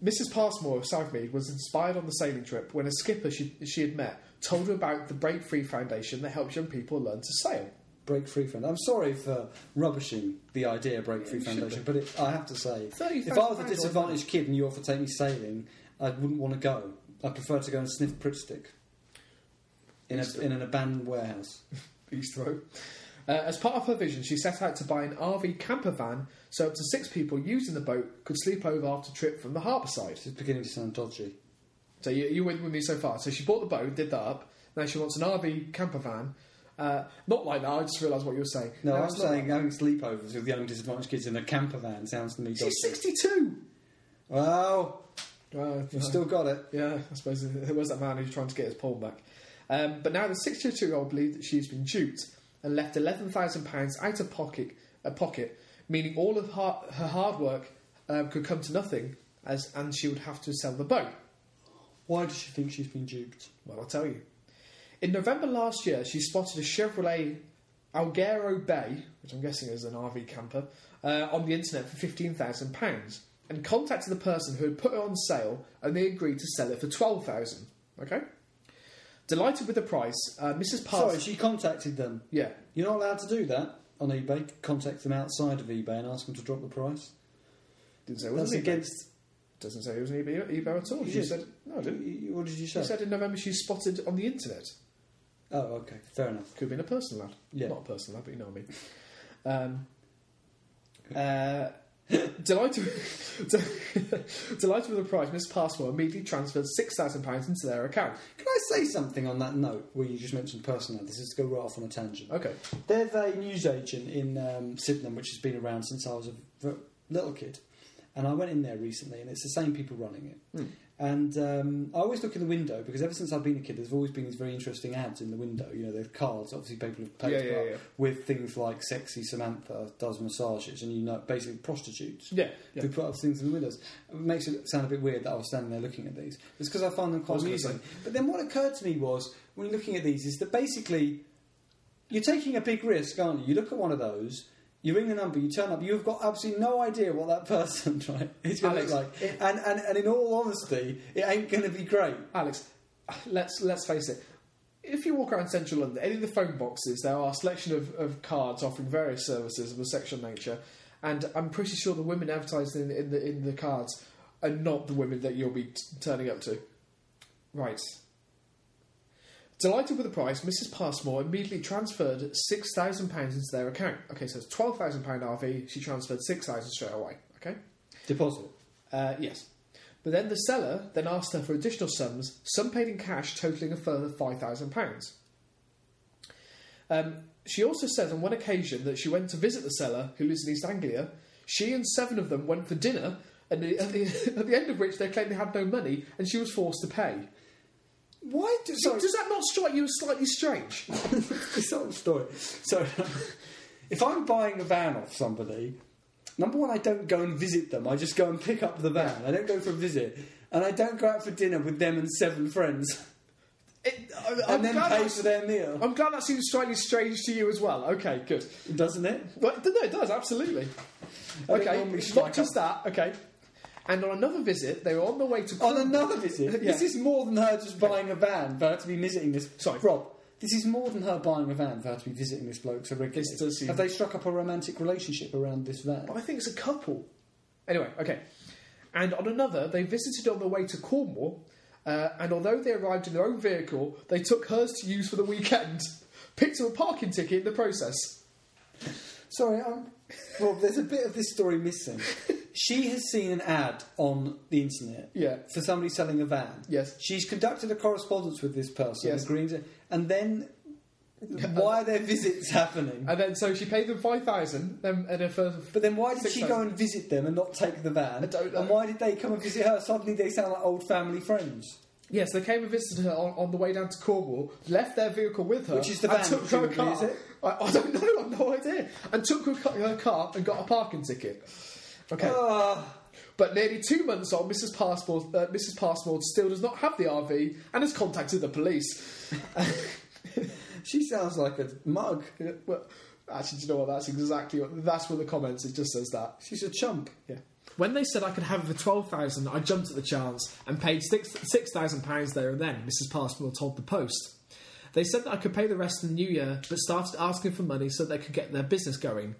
B: Mrs. Passmore of Southmead was inspired on the sailing trip when a skipper she, she had met told her about the Break Free Foundation that helps young people learn to sail.
A: Break Free Fund. I'm sorry for rubbishing the idea of Break Free
B: you
A: Foundation, but it, I have to say,
B: £30,000
A: if I was a
B: on
A: disadvantaged kid and you offered to take me sailing, I wouldn't want to go. I'd prefer to go and sniff Prickstick in, a, in an abandoned warehouse.
B: East Row. Uh, as part of her vision, she set out to buy an RV camper van so up to six people using the boat could sleep over after trip from the harbour side.
A: This is beginning to sound dodgy.
B: So you, you with, with me so far. So she bought the boat, did that up. Now she wants an RV camper van. Uh, not like that. I just realised what you were saying.
A: No, I'm
B: it's not
A: saying
B: like
A: having sleepovers with young disadvantaged kids in a camper van sounds to me
B: that.
A: dodgy.
B: she's sixty-two.
A: Well,
B: Uh,
A: you've still got it.
B: Yeah, I suppose there was that man who's trying to get his pawn back. Um, but now the 62 year old believes that she has been duped and left £11,000 out of pocket, uh, pocket, meaning all of her, her hard work um, could come to nothing as, and she would have to sell the boat.
A: Why does she think she's been duped?
B: Well, I'll tell you. In November last year, she spotted a Chevrolet Alghero Bay, which I'm guessing is an RV camper, uh, on the internet for £15,000 and contacted the person who had put it on sale and they agreed to sell it for 12000 Okay? Delighted with the price, uh, Mrs. Parson.
A: Sorry, she contacted them.
B: yeah.
A: You're not allowed to do that on eBay. Contact them outside of eBay and ask them to drop the price.
B: Didn't say it was
A: That's
B: an eBay.
A: against
B: Doesn't say it was an eBay, eBay at all.
A: You
B: She
A: did.
B: said, no, I didn't.
A: What did you
B: She
A: say?
B: said in November she spotted on the internet.
A: oh, okay, fair enough.
B: Could have been a person lad.
A: Yeah.
B: Not a person lad, but you know what I mean. Um, uh, delighted, with, delighted with the prize, Miss Passmore immediately transferred £6,000 into their account.
A: Can I say something on that note where you just mentioned personnel? This is to go right off on a tangent.
B: Okay.
A: There's a newsagent in um, Sydenham which has been around since I was a v- little kid, and I went in there recently, and it's the same people running it.
B: Hmm.
A: And um, I always look in the window because ever since I've been a kid, there's always been these very interesting ads in the window. You know, there's cards, obviously people have
B: Yeah,
A: paid
B: yeah,
A: up,
B: yeah.
A: with things like "sexy Samantha does massages," and you know, basically prostitutes.
B: Yeah. yeah.
A: They put up things in the windows. It makes it sound a bit weird that I was standing there looking at these. It's because I find them
B: I
A: quite
B: was gonna
A: amusing. But then what occurred to me was, when you're looking at these, is that basically you're taking a big risk, aren't you? You look at one of those, you ring the number, you turn up, you've got absolutely no idea what that person right, is going to look
B: Alex,
A: like. And, and, and in all honesty, it ain't going to be great.
B: Alex, let's let's face it. If you walk around central London, any of the phone boxes, there are a selection of, of cards offering various services of a sexual nature, and I'm pretty sure the women advertised in, in the in the cards are not the women that you'll be t- turning up to. Right. Delighted with the price, Mrs. Passmore immediately transferred six thousand pounds into their account. Okay, so it's twelve thousand pound RV. She transferred six thousand straight away. Okay.
A: Deposit.
B: Uh, yes. But then the seller then asked her for additional sums, some paid in cash, totalling a further £5,000. Um, she also says on one occasion that she went to visit the seller, who lives in East Anglia. She and seven of them went for dinner, and the, at, the, at the end of which they claimed they had no money, and she was forced to pay.
A: Why do,
B: So
A: sorry,
B: does that not strike you as slightly strange?
A: this whole story. So, if I'm buying a van off somebody, number one, I don't go and visit them. I just go and pick up the van. I don't go for a visit, and I don't go out for dinner with them and seven friends,
B: It, I,
A: and
B: I'm,
A: then
B: glad
A: pay
B: that's-
A: for their meal.
B: I'm glad that seems slightly strange to you as well. Okay, good.
A: Doesn't it?
B: Well, no, it does, absolutely.
A: I don't
B: Okay,
A: normally
B: not
A: strike
B: just that. Okay.
C: And on another visit, they were on the way to
A: On another visit,
C: Yeah.
A: this is more than her just buying a van for her to be visiting this.
C: Sorry.
A: Rob. This is more than her buying a van for her to be visiting this bloke so regularly.
C: This does seem-
A: Have they struck up a romantic relationship around this van?
C: But I think it's a couple. Anyway, okay. And on another, they visited on the way to Cornwall, uh, and although they arrived in their own vehicle, they took hers to use for the weekend. Picked up a parking ticket in the process.
A: Sorry, um, Rob. There's a bit of this story missing. she has seen an ad on the internet.
C: Yeah.
A: for somebody selling a van.
C: Yes.
A: She's conducted a correspondence with this person,
C: Yes.
A: agreeing to, and then why are their visits happening?
C: And then, so she paid them 5,000, um, and her first.
A: But then why did
C: Six oh.
A: she go and visit them and not take the van?
C: I don't know.
A: And why did they come and visit her? Suddenly they sound like old family friends.
C: Yes, they came and visited her on, on the way down to Cornwall, left their vehicle with her,
A: Which is the
C: and
A: van
C: took her
A: presumably,
C: car.
A: is it?
C: I, I don't know, I've no idea. And took her, ca- her car and got a parking ticket. Okay.
A: Ah,
C: But nearly two months on, Mrs. Passmore, uh, Mrs. Passmore still does not have the RV and has contacted the police.
A: she sounds like a mug.
C: well, actually, do you know what? That's exactly what. That's what the comments. It just says that.
A: She's a chump.
C: Yeah. When they said I could have it for twelve thousand, I jumped at the chance and paid six six thousand pounds there and then. Mrs. Passmore told the Post. They said that I could pay the rest in the new year, but started asking for money so they could get their business going.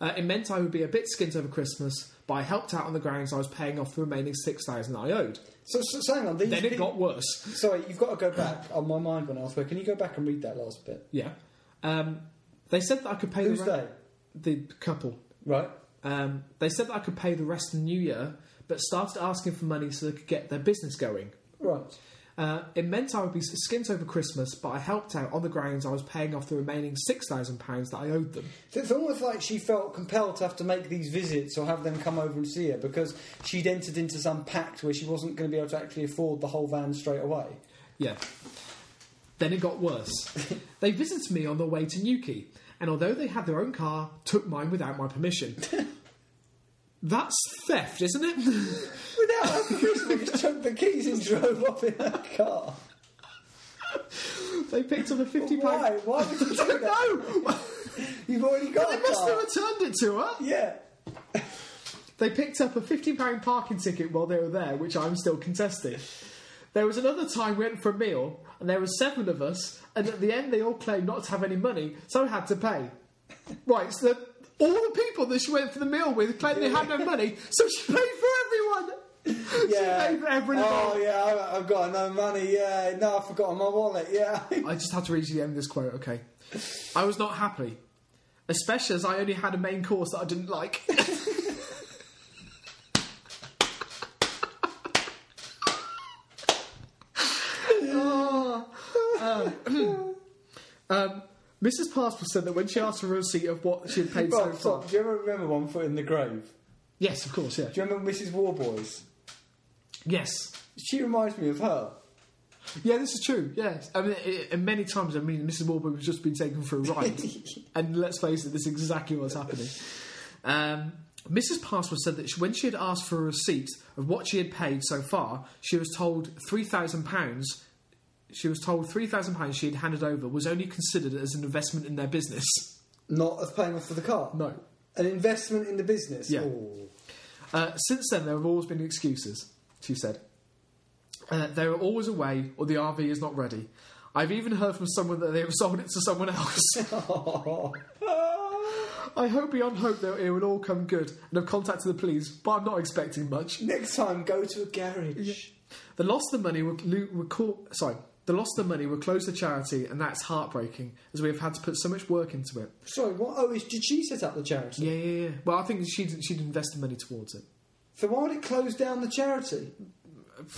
C: Uh, it meant I would be a bit skint over Christmas, but I helped out on the grounds I was paying off the remaining six thousand I owed.
A: So, so, so hang on. These
C: Then it
A: peop-
C: got worse.
A: Sorry, you've got to go back. oh, my mind went elsewhere. Can you go back and read that last bit?
B: Yeah. Um, they said that I could pay
A: Who's
B: the re-
A: they?
B: the couple.
A: Right.
B: Um, they said that I could pay the rest in the new year, but started asking for money so they could get their business going.
A: Right.
B: Uh, it meant I would be skint over Christmas, but I helped out on the grounds I was paying off the remaining six thousand pounds that I owed them.
A: So It's almost like she felt compelled to have to make these visits or have them come over and see her because she'd entered into some pact where she wasn't going to be able to actually afford the whole van straight away.
B: Yeah. Then it got worse. they visited me on their way to Newquay, and although they had their own car, took mine without my permission. That's theft, isn't it?
A: Without her permission, they just chucked the keys and drove off in her car.
B: they picked up a fifty pound.
A: Why? Why would you do that?
B: No,
A: You've already got
B: they
A: a
B: must
A: car.
B: have returned it to her.
A: Yeah.
B: They picked up a £15 parking ticket while they were there, which I'm still contesting. There was another time we went for a meal, and there were seven of us, and at the end they all claimed not to have any money, so I had to pay. Right, so the- all the people that she went for the meal with claimed they had no money, so she paid for everyone!
A: Yeah.
B: She paid for everyone.
A: oh, yeah, I- I've got no money. Yeah, no, I've forgotten my wallet. Yeah.
B: I just had to read you the end of this quote, okay. I was not happy, especially as I only had a main course that I didn't like. Ah, um, um, Mrs. Passport said that when she asked for a receipt of what she had paid so
A: Bob,
B: far.
A: stop. Do you ever remember One Foot in the Grave?
B: Yes, of course, yeah.
A: Do you remember Mrs. Warboys?
B: Yes.
A: She reminds me of her.
B: Yeah, this is true. Yes, I mean, i and many times, I mean, Mrs. Warburg was just been taken for a ride, and let's face it, this is exactly what's happening. Um, Mrs. Passmore said that she, when she had asked for a receipt of what she had paid so far, she was told three thousand pounds. She was told three thousand pounds she had handed over was only considered as an investment in their business.
A: Not as paying off for the car.
B: No.
A: An investment in the business.
B: Yeah.
A: Ooh.
B: Uh, since then, there have always been excuses, she said. Uh, they were always away, or the RV is not ready. I've even heard from someone that they have sold it to someone else.
A: Oh.
B: I hope beyond hope that it will all come good and have contacted the police, but I'm not expecting much.
A: Next time, go to a garage.
B: The loss of the money will, lo- will call, sorry, the loss of the money will close the charity, and that's heartbreaking as we have had to put so much work into it.
A: Sorry, what? Oh, is, did she set up the charity?
B: Yeah, yeah, yeah. Well, I think she'd she'd invested money towards it.
A: So why would it close down the charity?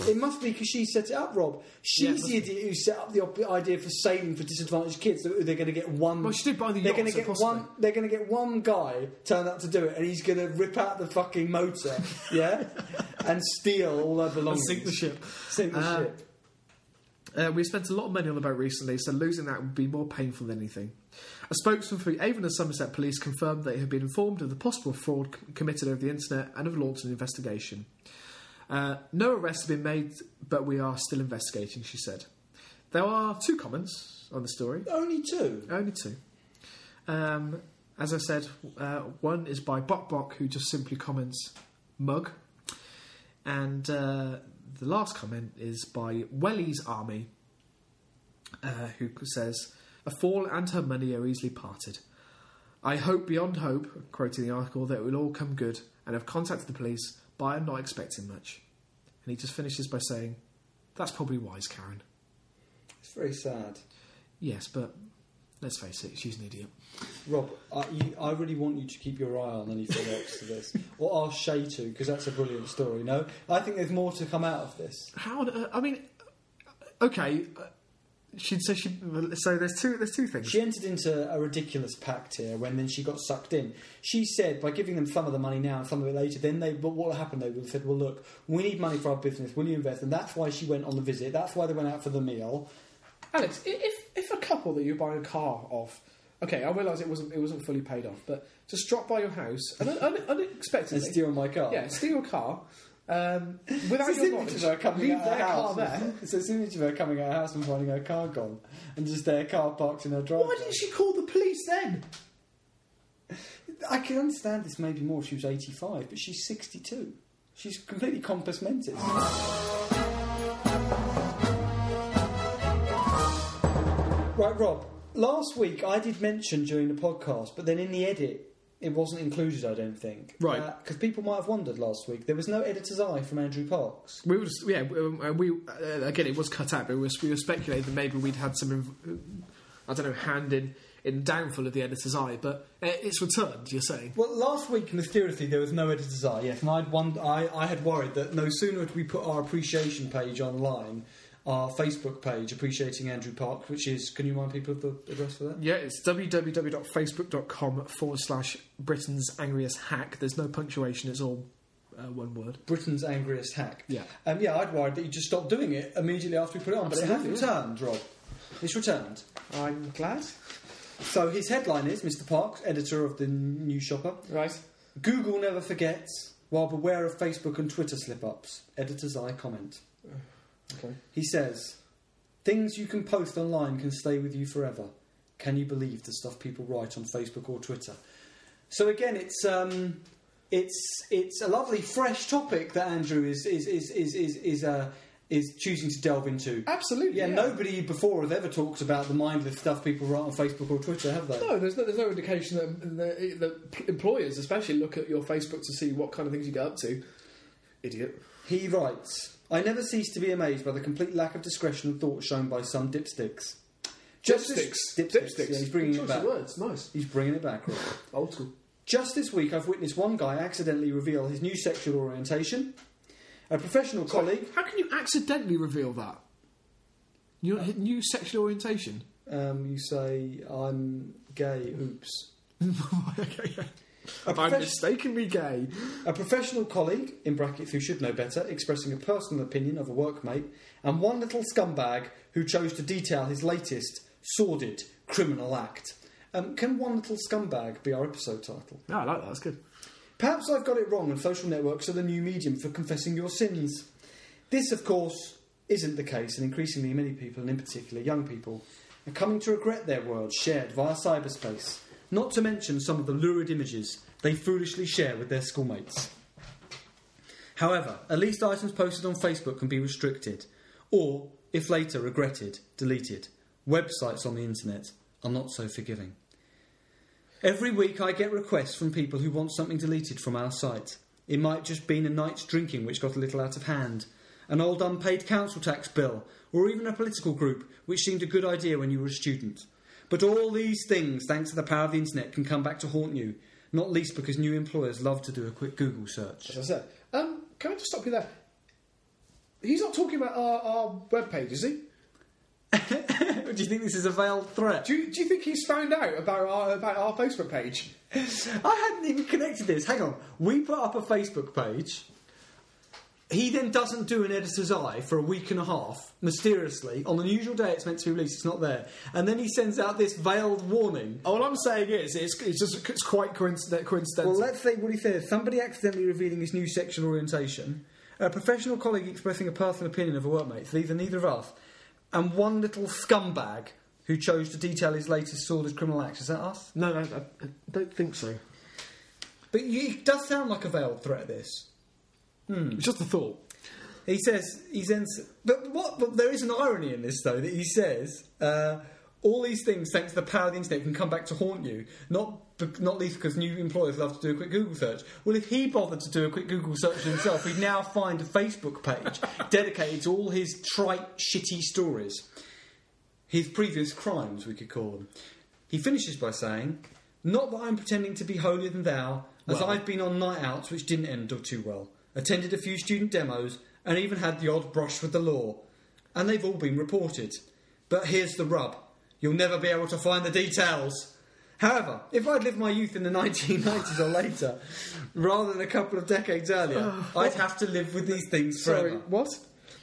A: It must be because she set it up, Rob. She's
B: must
A: the idiot who set up the op- idea for saving for disadvantaged kids. That they're going to get one.
B: Well, she did buy the
A: they're
B: yacht.
A: going to
B: so
A: get
B: possibly.
A: one. They're going to get one guy turn up to do it, and he's going to rip out the fucking motor, yeah, and steal all her belongings.
B: sink the ship.
A: Sink the
B: Uh,
A: ship.
B: Uh, we spent a lot of money on the boat recently, so losing that would be more painful than anything. A spokesman for Avon and Somerset Police confirmed they had been informed of the possible fraud c- committed over the internet and have launched an investigation. Uh, no arrests have been made, but we are still investigating, she said. There are two comments on the story,
A: Only two.
B: only two. Um, as I said, uh, one is by Bok Bok, who just simply comments, mug. And uh, the last comment is by Welly's Army, uh, who says, A fall and her money are easily parted. I hope beyond hope, quoting the article, that it will all come good and have contacted the police, but I'm not expecting much. And he just finishes by saying, That's probably wise, Karen.
A: It's very sad.
B: Yes, but let's face it, she's an idiot.
A: Rob, I, you, I really want you to keep your eye on any follow-ups to this, or ask Shay to, because that's a brilliant story. No, I think there's more to come out of this.
B: How? On, earth- I mean, okay. uh, She'd say she. So there's two. There's two things.
A: She entered into a ridiculous pact here when then she got sucked in. She said by giving them some of the money now and some of it later, then they but what happened they would have said, Well look, we need money for our business, will you invest? And that's why she went on the visit, that's why they went out for the meal.
D: Alex, i- if if a couple that you're buying a car off, okay, I realise it wasn't it wasn't fully paid off, but just drop by your house and un, un,
A: And
D: unexpectedly,
A: steal my car.
D: yeah, steal your car um, without
A: It's this
D: your
A: image
D: knowledge,
A: of her coming
D: leave
A: out of
D: their
A: her
D: car
A: house.
D: there.
A: It's this image of her coming out of her house and finding her car gone. And just their car parked in her driveway.
D: Why didn't she call the police then?
A: I can understand this maybe more if she was 85, but she's 62. She's completely compass mentis. Right, Rob. Last week I did mention during the podcast, but then in the edit it wasn't included, I don't think.
B: Right.
A: Because people might have wondered last week. There was no editor's eye from Andrew Parks.
B: We were just, yeah, um, and we uh, again it was cut out, but we were, we were speculating that maybe we'd had some, inv- uh, I don't know, hand in in downfall of the editor's eye, but uh, it's returned. You're saying
A: Well, last week mysteriously there was no editor's eye. Yes, and I'd won- I, I had worried that no sooner had we put our appreciation page online, our Facebook page appreciating Andrew Park, which is can you remind people of the address for that?
B: yeah, it's www.facebook.com forward slash Britain's angriest hack. There's no punctuation. It's all uh, one word.
A: Britain's angriest hack.
B: Yeah.
A: Um, yeah, I'd worried that you just stopped doing it immediately after we put it on, but it has returned, Rob. It's returned.
D: I'm glad.
A: So his headline is Mr. Parks, editor of the New Shopper.
D: Right.
A: Google never forgets, while beware of Facebook and Twitter slip ups. Editor's eye comment.
D: Okay.
A: He says, Things you can post online can stay with you forever. Can you believe the stuff people write on Facebook or Twitter? So again, it's um, it's it's a lovely fresh topic that Andrew is is is is is is, uh, is choosing to delve into.
D: Absolutely.
A: Yeah, nobody before has ever talked about the mindless stuff people write on Facebook or Twitter, have they?
D: No, there's no, there's no indication that, that, that p- employers, especially, look at your Facebook to see what kind of things you get up to. Idiot.
A: He writes, I never cease to be amazed by the complete lack of discretion and thought shown by some dipsticks. Just
D: Dipsticks.
A: this- Dipsticks. Yeah, he's bringing
D: Good
A: it
D: choice of
A: back.
D: words. Nice.
A: He's bringing it back, Rob.
D: Old school.
A: Just this week, I've witnessed one guy accidentally reveal his new sexual orientation. A professional colleague.
B: How can you accidentally reveal that?
D: Uh,
B: Your new sexual orientation.
A: Um, you say, I'm gay, oops.
B: okay, yeah.
A: A,
B: I'm
A: profes-
B: mistakenly gay.
A: a professional colleague, in brackets who should know better, expressing a personal opinion of a workmate, and one little scumbag who chose to detail his latest sordid criminal act. Um, can one little scumbag be our episode title?
B: No, I like that. That's good.
A: Perhaps I've got it wrong and social networks are the new medium for confessing your sins. This, of course, isn't the case, and increasingly many people, and in particular young people, are coming to regret their words shared via cyberspace, not to mention some of the lurid images they foolishly share with their schoolmates. However, at least items posted on Facebook can be restricted, or, if later regretted, deleted. Websites on the internet are not so forgiving. Every week I get requests from people who want something deleted from our site. It might just been a night's drinking which got a little out of hand, an old unpaid council tax bill, or even a political group which seemed a good idea when you were a student. But all these things, thanks to the power of the internet, can come back to haunt you, not least because new employers love to do a quick Google search.
D: As I said. Um, can I just stop you there? He's not talking about our, our webpage, is he?
A: do you think this is a veiled threat?
D: Do you, do you think he's found out about our about our Facebook page?
A: I hadn't even connected this. Hang on. We put up a Facebook page. He then doesn't do an editor's eye for a week and a half, mysteriously. On the usual day it's meant to be released, it's not there. And then he sends out this veiled warning.
B: All I'm saying is, it's, it's just it's quite coincid- coincidental.
A: Well, let's say what he says. Somebody accidentally revealing his new sexual orientation, a professional colleague expressing a personal opinion of a workmate, so these are neither of us, and one little scumbag who chose to detail his latest sordid criminal acts. Is that us?
B: no, no, I don't think so.
A: But you, it does sound like a veiled threat, this.
D: Hmm.
B: It's just a thought.
A: He says he sends, but what? But there is an irony in this though that he says uh, all these things, thanks to the power of the internet, can come back to haunt you. Not be- not least because new employers love to do a quick Google search. Well, if he bothered to do a quick Google search himself, he'd now find a Facebook page dedicated to all his trite, shitty stories, his previous crimes, we could call them. He finishes by saying, "Not that I'm pretending to be holier than thou, as I've been on night outs which didn't end too well. Attended a few student demos." and even had the odd brush with the law. And they've all been reported. But here's the rub you'll never be able to find the details. However, if I'd lived my youth in the 1990s or later, rather than a couple of decades earlier, I'd have to live with these things forever.
E: Sorry, what?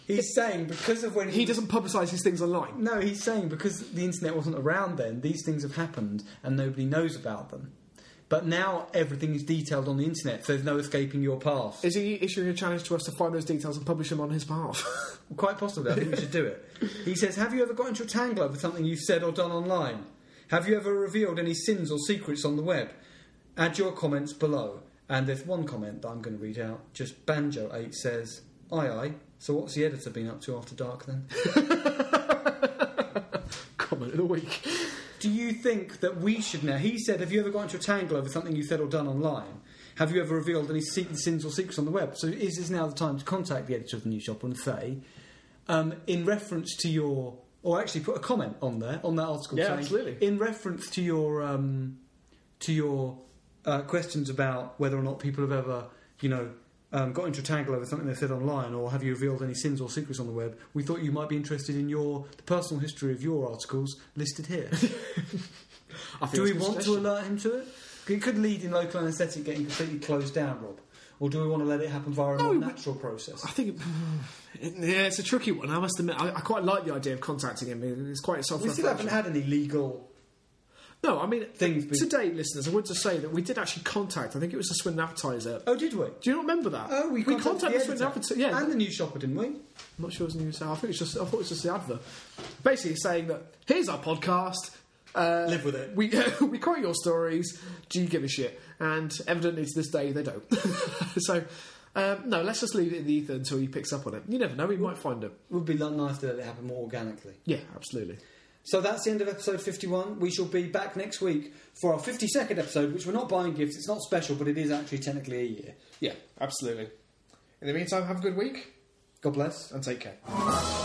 A: He's saying because of when
B: He doesn't publicise his things online.
A: No, he's saying because the internet wasn't around then, these things have happened and nobody knows about them. But now everything is detailed on the internet, so there's no escaping your past.
B: Is he issuing a challenge to us to find those details and publish them on his behalf?
A: Quite possibly, I think we should do it. He says, Have you ever got into a tangle over something you've said or done online? Have you ever revealed any sins or secrets on the web? Add your comments below. And there's one comment that I'm going to read out. Just Banjo8 says, Aye, aye. So what's the editor been up to after dark then?
B: Comment of the week.
A: Do you think that we should now? He said, Have you ever got into a tangle over something you said or done online? Have you ever revealed any se- sins or secrets on the web? So is this now the time to contact the editor of the New Shop and say, um, in reference to your, or actually put a comment on there on that article?
F: Yeah,
A: saying,
F: absolutely.
A: In reference to your, um, to your uh, questions about whether or not people have ever, you know. Um, got into a tangle over something they said online, or have you revealed any sins or secrets on the web? We thought you might be interested in your the personal history of your articles listed here.
B: I think
A: Do
B: that's
A: we
B: a good
A: want to
B: suggestion.
A: alert him to it? 'Cause It could lead in local anaesthetic getting completely closed down, Rob. Or do we want to let it happen via a more natural process?
B: I think it, yeah, it's a tricky one. I must admit, I, I quite like the idea of contacting him. It's quite self
A: We still haven't
B: reflection.
A: had any legal.
B: No, I mean,
A: Things be-
B: today, listeners, I would just say that we did actually contact. I think it was the Swindon Advertiser.
A: Oh, did we?
B: Do you not remember that?
A: Oh, we,
B: contacted
A: the
B: Swindon
A: editor.
B: Advertiser. Yeah,
A: and the new shopper, didn't we?
B: I'm not sure it was news. I think it's just. I thought it was just the advert. Basically, saying that here's our podcast. Uh,
A: Live with it.
B: We we quote your stories. Do you give a shit? And evidently, to this day, they don't. so. Um, no, let's just leave it in the ether until he picks up on it. You never know; he might find it.
A: Would be lo- nice to let it happen more organically.
B: Yeah, absolutely.
A: So that's the end of episode 51. We shall be back next week for our 52nd episode, which we're not buying gifts. It's not special, but it is actually technically a year.
F: Yeah, absolutely. In the meantime, have a good week
A: God bless.
F: and take care.
A: Thank